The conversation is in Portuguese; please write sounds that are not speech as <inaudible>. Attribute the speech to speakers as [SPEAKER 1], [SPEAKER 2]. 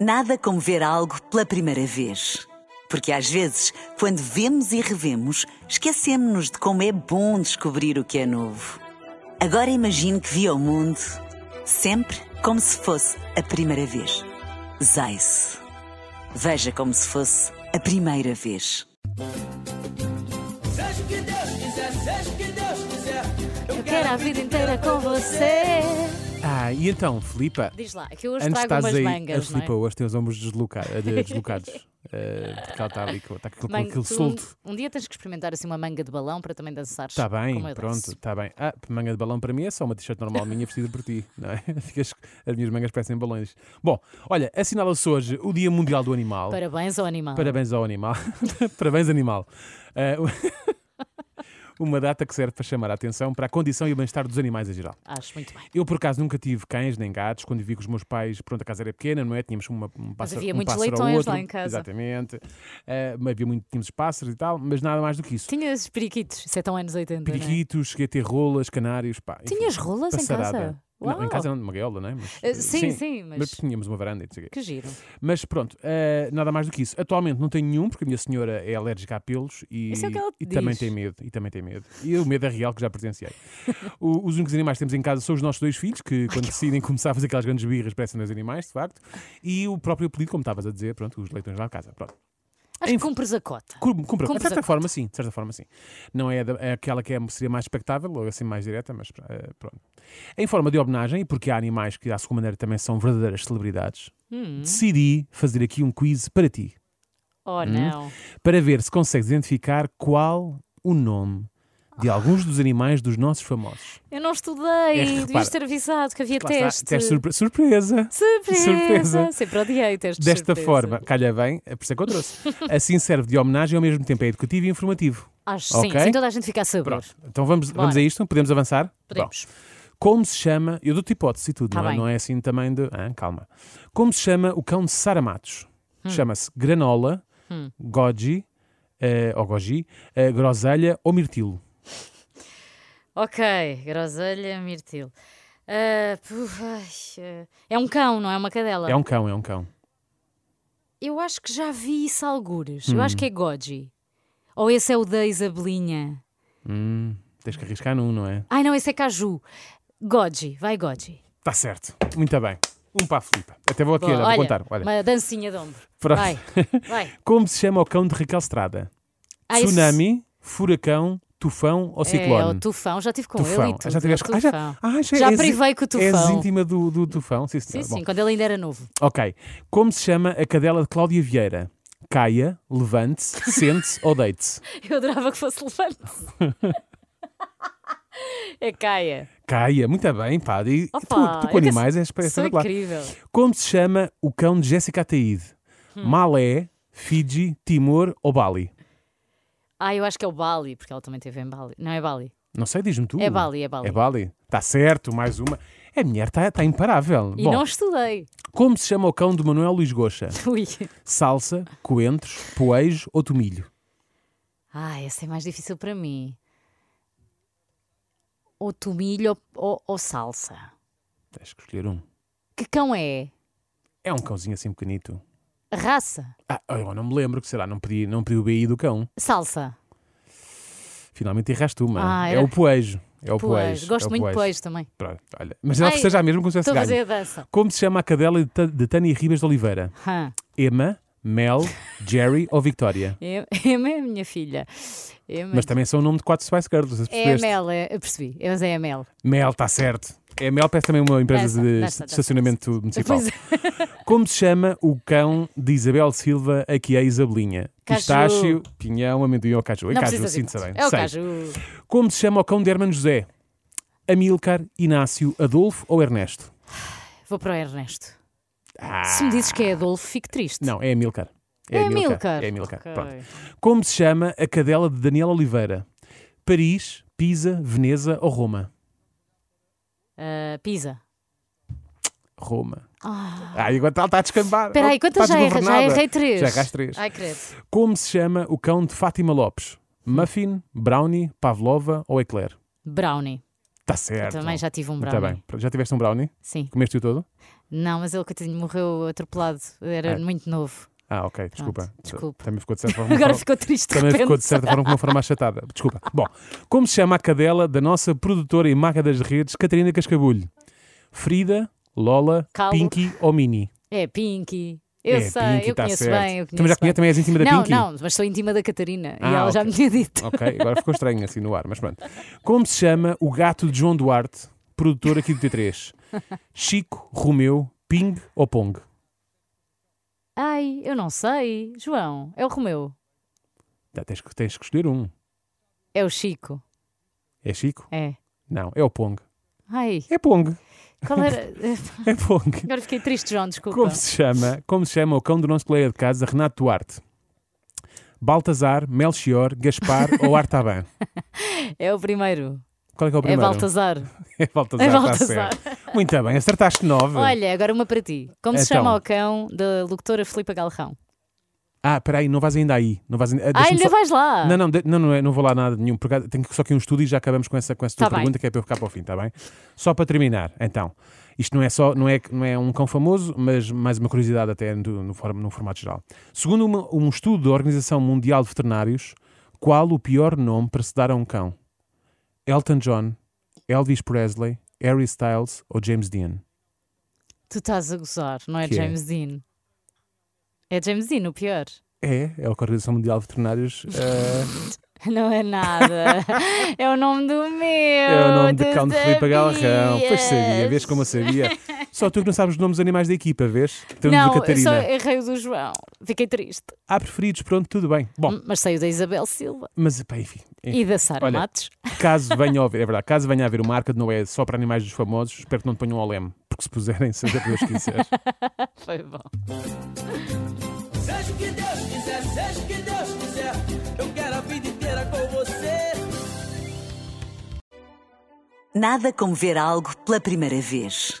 [SPEAKER 1] Nada como ver algo pela primeira vez. Porque às vezes, quando vemos e revemos, esquecemos-nos de como é bom descobrir o que é novo. Agora imagine que viu o mundo sempre como se fosse a primeira vez. Zais. Veja como se fosse a primeira vez.
[SPEAKER 2] Seja o que Deus quiser, seja o que Deus quiser.
[SPEAKER 3] Eu quero a vida inteira com você.
[SPEAKER 4] Ah, e então, Filipa,
[SPEAKER 3] Diz lá, é que eu hoje trago
[SPEAKER 4] antes estás
[SPEAKER 3] umas
[SPEAKER 4] aí, a
[SPEAKER 3] mangas, não é?
[SPEAKER 4] Filipa hoje tem os ombros desloca- eh, de- <laughs> deslocados. eh, porque ela está ali com, está com
[SPEAKER 3] Mãe,
[SPEAKER 4] aquele
[SPEAKER 3] tu
[SPEAKER 4] solto.
[SPEAKER 3] Um, um dia tens que experimentar assim uma manga de balão para também dançares.
[SPEAKER 4] Está bem,
[SPEAKER 3] como eu
[SPEAKER 4] pronto,
[SPEAKER 3] danço.
[SPEAKER 4] está bem. Ah, manga de balão para mim é só uma t-shirt normal minha vestida por ti, não é? <laughs> Ficas- As minhas mangas parecem balões. Bom, olha, assinala-se hoje o Dia Mundial do Animal.
[SPEAKER 3] Parabéns ao animal.
[SPEAKER 4] Parabéns ao animal. <laughs> Parabéns, animal. Eh, <laughs> uma data que serve para chamar a atenção para a condição e o bem-estar dos animais em geral.
[SPEAKER 3] Acho muito bem.
[SPEAKER 4] Eu, por acaso, nunca tive cães nem gatos. Quando vivi com os meus pais, pronto, a casa era pequena, não é? Tínhamos uma, um pássaro,
[SPEAKER 3] havia
[SPEAKER 4] um
[SPEAKER 3] muitos
[SPEAKER 4] pássaro ao
[SPEAKER 3] leitões
[SPEAKER 4] outro.
[SPEAKER 3] lá em casa.
[SPEAKER 4] Exatamente. Eh, mas havia muito, tínhamos pássaros e tal, mas nada mais do que isso.
[SPEAKER 3] Tinhas periquitos, isso é tão anos 80. não é?
[SPEAKER 4] Periquitos, cheguei a ter rolas, canários, pá. enfim,
[SPEAKER 3] Tinhas rolas em
[SPEAKER 4] passarada.
[SPEAKER 3] casa?
[SPEAKER 4] Não, em
[SPEAKER 3] Uau.
[SPEAKER 4] casa não, numa gaiola, não é? Mas,
[SPEAKER 3] Eh,
[SPEAKER 4] eh,
[SPEAKER 3] sim, sim, mas-
[SPEAKER 4] tínhamos uma varanda e não sei o quê.
[SPEAKER 3] Que giro.
[SPEAKER 4] Mas pronto, eh, nada mais do que isso. Atualmente não tenho nenhum, porque a minha senhora é alérgica a pelos e,
[SPEAKER 3] Isso é o que ela te
[SPEAKER 4] e também
[SPEAKER 3] diz.
[SPEAKER 4] tem medo. E também tem medo. E o medo é real que já
[SPEAKER 3] <laughs>
[SPEAKER 4] presenciei. O- os únicos animais que temos em casa são os nossos dois filhos, que quando decidem começar a fazer aquelas grandes birras, parecem dois animais, de facto. E o próprio apelido, como estavas a dizer, pronto, os leitões lá em casa. Pronto.
[SPEAKER 3] Acho que cumpres a cota.
[SPEAKER 4] Cumpre, cumpre.
[SPEAKER 3] Cumpre
[SPEAKER 4] de certa
[SPEAKER 3] a
[SPEAKER 4] forma, sim, de certa forma, sim. Não é, da- é aquela que é, seria mais expectável, ou assim mais direta, mas eh, pronto. Em forma de homenagem, e porque há animais que, à sua maneira, também são verdadeiras celebridades,
[SPEAKER 3] Hum.
[SPEAKER 4] decidi fazer aqui um quiz para ti, Hum?
[SPEAKER 3] Oh, não.
[SPEAKER 4] para ver se consegues identificar qual o nome de alguns dos animais dos nossos famosos.
[SPEAKER 3] Eu não estudei.
[SPEAKER 4] É,
[SPEAKER 3] Devias
[SPEAKER 4] repara.
[SPEAKER 3] ter avisado que havia
[SPEAKER 4] Lá está,
[SPEAKER 3] teste.
[SPEAKER 4] teste surpre- surpresa!
[SPEAKER 3] Surpresa.
[SPEAKER 4] Surpresa.
[SPEAKER 3] Sempre odiei testes de
[SPEAKER 4] Desta
[SPEAKER 3] surpresa.
[SPEAKER 4] forma, calha bem, é por isso é que eu trouxe. Assim serve de homenagem e ao mesmo tempo é educativo e informativo.
[SPEAKER 3] Acho sim,
[SPEAKER 4] Ok?
[SPEAKER 3] sem toda a gente ficar a saber.
[SPEAKER 4] Pronto, então vamos,
[SPEAKER 3] Bora.
[SPEAKER 4] vamos a isto? Podemos avançar?
[SPEAKER 3] Podemos.
[SPEAKER 4] Bom, como se chama. Eu dou-te hipótese e tudo,
[SPEAKER 3] Tá
[SPEAKER 4] não, é?
[SPEAKER 3] bem.
[SPEAKER 4] não é assim também de. Ah, calma. Como se chama o cão de Sara Matos?
[SPEAKER 3] Hum.
[SPEAKER 4] Chama-se Granola, Goji, eh, ou Goji, eh, Groselha ou Mirtilo.
[SPEAKER 3] Ok, groselha, mirtilo. Ah, puf, ai, ah, é um cão, não é uma cadela?
[SPEAKER 4] É um cão, é um cão.
[SPEAKER 3] Eu acho que já vi isso algures. Eu
[SPEAKER 4] Hum.
[SPEAKER 3] acho que é Goji. Ou esse é o da Isabelinha.
[SPEAKER 4] Hum, tens que arriscar num, não é?
[SPEAKER 3] Ai não, esse é Caju. Goji, vai Goji.
[SPEAKER 4] Está Tá certo. Muito bem. Um para a Filipa. Até vou aqui,
[SPEAKER 3] Boa,
[SPEAKER 4] olha, vou contar. Olha.
[SPEAKER 3] Uma dancinha de ombro.
[SPEAKER 4] Pronto.
[SPEAKER 3] Vai, vai.
[SPEAKER 4] <laughs> Como se chama o cão de Raquel Estrada?
[SPEAKER 3] Ah, esse-
[SPEAKER 4] Tsunami, furacão, tufão ou
[SPEAKER 3] É,
[SPEAKER 4] ciclone?
[SPEAKER 3] o tufão, já tive com ele
[SPEAKER 4] Tufão.
[SPEAKER 3] e tudo.
[SPEAKER 4] já tiveste
[SPEAKER 3] É o
[SPEAKER 4] ah, já,
[SPEAKER 3] Tufão.
[SPEAKER 4] ah,
[SPEAKER 3] Já
[SPEAKER 4] és-
[SPEAKER 3] privei com o
[SPEAKER 4] És
[SPEAKER 3] Tufão.
[SPEAKER 4] íntima do, do Tufão, sim, senhor.
[SPEAKER 3] Sim,
[SPEAKER 4] Tá Bom,
[SPEAKER 3] sim, quando ele ainda era novo.
[SPEAKER 4] Ok. Como se chama a cadela de Cláudia Vieira? Caia, levante-se,
[SPEAKER 3] <laughs>
[SPEAKER 4] sente-se ou deite-se?
[SPEAKER 3] Eu adorava que fosse levante.
[SPEAKER 4] <laughs>
[SPEAKER 3] é Caia.
[SPEAKER 4] Caia, muito bem, pá. E tu-
[SPEAKER 3] Opa,
[SPEAKER 4] tu,
[SPEAKER 3] eu
[SPEAKER 4] com
[SPEAKER 3] que
[SPEAKER 4] animais és
[SPEAKER 3] Sou
[SPEAKER 4] É espetacular.
[SPEAKER 3] incrível.
[SPEAKER 4] Como se chama o cão de Jéssica Ataíde?
[SPEAKER 3] Hum.
[SPEAKER 4] Malé, Fiji, Timor ou Bali?
[SPEAKER 3] Ah, eu acho que é o Bali, porque ela também teve em Bali. Não é Bali.
[SPEAKER 4] Não sei, diz-me tu.
[SPEAKER 3] É Bali, é Bali.
[SPEAKER 4] É Bali. Está certo, mais uma. A mulher está tá imparável.
[SPEAKER 3] E
[SPEAKER 4] Bom,
[SPEAKER 3] não estudei. <laughs>
[SPEAKER 4] como se chama o cão de Manuel Luís Goxa?
[SPEAKER 3] Ui.
[SPEAKER 4] Salsa, coentros, poejo ou tomilho?
[SPEAKER 3] Ah, essa é mais difícil para mim. Ou tomilho ou, ou- ou salsa.
[SPEAKER 4] Tens que escolher um.
[SPEAKER 3] Que cão é?
[SPEAKER 4] É um cãozinho assim pequenito.
[SPEAKER 3] A Raça?
[SPEAKER 4] Ah, eu não me lembro, que será? Não pedi, não pedi o BI do cão.
[SPEAKER 3] Salsa?
[SPEAKER 4] Finalmente erraste uma.
[SPEAKER 3] Ah,
[SPEAKER 4] é
[SPEAKER 3] era-
[SPEAKER 4] o poejo. É o poejo.
[SPEAKER 3] Pois. Gosto
[SPEAKER 4] é o
[SPEAKER 3] muito de pois também.
[SPEAKER 4] Pronto, olha. Mas ela
[SPEAKER 3] Ai,
[SPEAKER 4] seja mesmo como se tivesse
[SPEAKER 3] Estou a fazer
[SPEAKER 4] ganho.
[SPEAKER 3] a dança.
[SPEAKER 4] Como se chama a cadela de, Ta- de Tânia Ribas de Oliveira?
[SPEAKER 3] Hã.
[SPEAKER 4] Emma, Mel, Jerry ou Victoria?
[SPEAKER 3] Emma Emma é a minha filha. Emma-
[SPEAKER 4] Mas também são o nome de quatro Spice Girls, se
[SPEAKER 3] é a
[SPEAKER 4] percebeste.
[SPEAKER 3] Mel, é- eu percebi. Mas é a Mel.
[SPEAKER 4] Mel, está certo. É a Mel, parece também uma empresa
[SPEAKER 3] Dança,
[SPEAKER 4] de
[SPEAKER 3] dança, dança,
[SPEAKER 4] estacionamento municipal.
[SPEAKER 3] Pois é.
[SPEAKER 4] Como se chama o cão de Isabel Silva, aqui é Isabelinha?
[SPEAKER 3] Caju.
[SPEAKER 4] Pistácio, pinhão, amendoim ou caju? É
[SPEAKER 3] Não
[SPEAKER 4] caju,
[SPEAKER 3] precisa
[SPEAKER 4] sim,
[SPEAKER 3] dizer
[SPEAKER 4] também.
[SPEAKER 3] mais. É o
[SPEAKER 4] Sei.
[SPEAKER 3] Caju.
[SPEAKER 4] Como se chama o cão de Hermano José? Amilcar, Inácio, Adolfo ou Ernesto?
[SPEAKER 3] Vou para o Ernesto.
[SPEAKER 4] Ah,
[SPEAKER 3] Se me dizes que é Adolfo, fico triste.
[SPEAKER 4] Não, é Amilcar.
[SPEAKER 3] É Amilcar.
[SPEAKER 4] É Amilcar.
[SPEAKER 3] Ok.
[SPEAKER 4] Pronto. Como se chama a cadela de Daniel Oliveira? Paris, Pisa, Veneza ou Roma?
[SPEAKER 3] Ah, Pisa.
[SPEAKER 4] Roma. Ah, e agora ela está a descambar.
[SPEAKER 3] Espera aí, quantas
[SPEAKER 4] Está
[SPEAKER 3] já erras? Já
[SPEAKER 4] desgovernada.
[SPEAKER 3] errei três.
[SPEAKER 4] Já erraste três.
[SPEAKER 3] Ai, credo.
[SPEAKER 4] Como se chama o cão de Fátima Lopes? Muffin, Brownie, Pavlova ou Eclair?
[SPEAKER 3] Brownie.
[SPEAKER 4] Está certo.
[SPEAKER 3] Também já tive um
[SPEAKER 4] Muito
[SPEAKER 3] brownie.
[SPEAKER 4] bem. Já tiveste um brownie?
[SPEAKER 3] Sim.
[SPEAKER 4] Comeste-o todo?
[SPEAKER 3] Não, mas ele coitadinho morreu atropelado. Era
[SPEAKER 4] É.
[SPEAKER 3] muito novo.
[SPEAKER 4] Ah, ok, desculpa.
[SPEAKER 3] desculpa.
[SPEAKER 4] Também ficou
[SPEAKER 3] <laughs>
[SPEAKER 4] de certa forma.
[SPEAKER 3] Agora
[SPEAKER 4] uma forma-
[SPEAKER 3] ficou triste de
[SPEAKER 4] Também
[SPEAKER 3] repente.
[SPEAKER 4] ficou de certa forma com uma forma achatada. Desculpa. Bom, como se chama a cadela da nossa produtora e marca das redes, Catarina Cascabulho? Frida, Lola,
[SPEAKER 3] Calo.
[SPEAKER 4] Pinky ou Mini?
[SPEAKER 3] É Pinky. Eu
[SPEAKER 4] É,
[SPEAKER 3] sei,
[SPEAKER 4] Pinky,
[SPEAKER 3] eu
[SPEAKER 4] tá
[SPEAKER 3] conheço bem.
[SPEAKER 4] certo.
[SPEAKER 3] Eu
[SPEAKER 4] Também
[SPEAKER 3] conheço
[SPEAKER 4] já conhece-
[SPEAKER 3] bem.
[SPEAKER 4] também és íntima da
[SPEAKER 3] não,
[SPEAKER 4] Pinky?
[SPEAKER 3] Não, mas sou íntima da Catarina. e
[SPEAKER 4] Ah,
[SPEAKER 3] ela já
[SPEAKER 4] ok.
[SPEAKER 3] me tinha dito.
[SPEAKER 4] Ok, agora ficou estranho assim no ar, mas pronto. Como se chama o gato de João Duarte, produtor aqui do T3? Chico, Romeu, Ping ou Pong?
[SPEAKER 3] Ai, eu não sei. João, é o Romeu.
[SPEAKER 4] Tá, tens, que- tens que escolher um.
[SPEAKER 3] É o Chico.
[SPEAKER 4] É Chico?
[SPEAKER 3] É.
[SPEAKER 4] Não, é o Pong.
[SPEAKER 3] Ai,
[SPEAKER 4] É Pong.
[SPEAKER 3] qual era. <laughs>
[SPEAKER 4] É Pong.
[SPEAKER 3] Agora fiquei triste, João, desculpa.
[SPEAKER 4] Como se chama, como se chama o cão do nosso colega de casa, Renato Duarte? Baltazar, Melchior, Gaspar ou Artaban?
[SPEAKER 3] É o primeiro.
[SPEAKER 4] Qual é que é o
[SPEAKER 3] É
[SPEAKER 4] primeiro?
[SPEAKER 3] Baltazar.
[SPEAKER 4] <laughs> É Baltazar,
[SPEAKER 3] É
[SPEAKER 4] tá
[SPEAKER 3] Baltazar.
[SPEAKER 4] certo. Muito bem, acertaste nove.
[SPEAKER 3] Olha, agora uma para ti. Como se
[SPEAKER 4] Então.
[SPEAKER 3] chama o cão da locutora Filipa Galrão?
[SPEAKER 4] Ah, espera aí, não vais ainda aí. Não vais ainda... ah,
[SPEAKER 3] Ah,
[SPEAKER 4] deixa-me
[SPEAKER 3] ainda
[SPEAKER 4] só-
[SPEAKER 3] vais lá.
[SPEAKER 4] Não, não, de- não, não, é- não vou lá nada de nenhum. Porque tenho que- só aqui um estudo e já acabamos com essa, com essa tua
[SPEAKER 3] Tá bem.
[SPEAKER 4] pergunta, que é para eu ficar para o fim, está bem? Só para terminar, então. Isto não é só não é, não é um cão famoso, mas mais uma curiosidade até no, no, form- no formato geral. Segundo uma- um estudo da Organização Mundial de Veterinários, qual o pior nome para se dar a um cão? Elton John, Elvis Presley, Harry Styles ou James Dean?
[SPEAKER 3] Tu estás a gozar, não é
[SPEAKER 4] Que é?
[SPEAKER 3] James Dean? É James Dean, o pior. <laughs>
[SPEAKER 4] É, é a Organização Mundial de Veterinários. eh,
[SPEAKER 3] Não é
[SPEAKER 4] <laughs>
[SPEAKER 3] nada. é o nome do meu.
[SPEAKER 4] É o nome de
[SPEAKER 3] tu
[SPEAKER 4] cão de Filipe Galrão. Pois sabia,
[SPEAKER 3] sabias?
[SPEAKER 4] vês como eu sabia.
[SPEAKER 3] <laughs>
[SPEAKER 4] Só tu que não sabes os nomes dos animais da equipa, vês? Temos
[SPEAKER 3] Não,
[SPEAKER 4] o
[SPEAKER 3] eu só
[SPEAKER 4] Catarina.
[SPEAKER 3] errei o do João. Fiquei triste.
[SPEAKER 4] Há preferidos, pronto, tudo bem. Bom,
[SPEAKER 3] Mas sei o da Isabel Silva
[SPEAKER 4] mas pá, enfim.
[SPEAKER 3] Hum. e da Sara
[SPEAKER 4] Olha,
[SPEAKER 3] Matos.
[SPEAKER 4] Caso venha a haver, é verdade, caso venha a haver uma arca de Noé só para animais dos famosos, espero que não te ponham ao leme, porque se puserem, seja o que
[SPEAKER 3] <laughs>
[SPEAKER 4] Deus quiser.
[SPEAKER 3] Foi bom.
[SPEAKER 2] Seja o que Deus quiser, seja o que Deus quiser, eu quero a vida inteira com você.
[SPEAKER 1] Nada como ver algo pela primeira vez.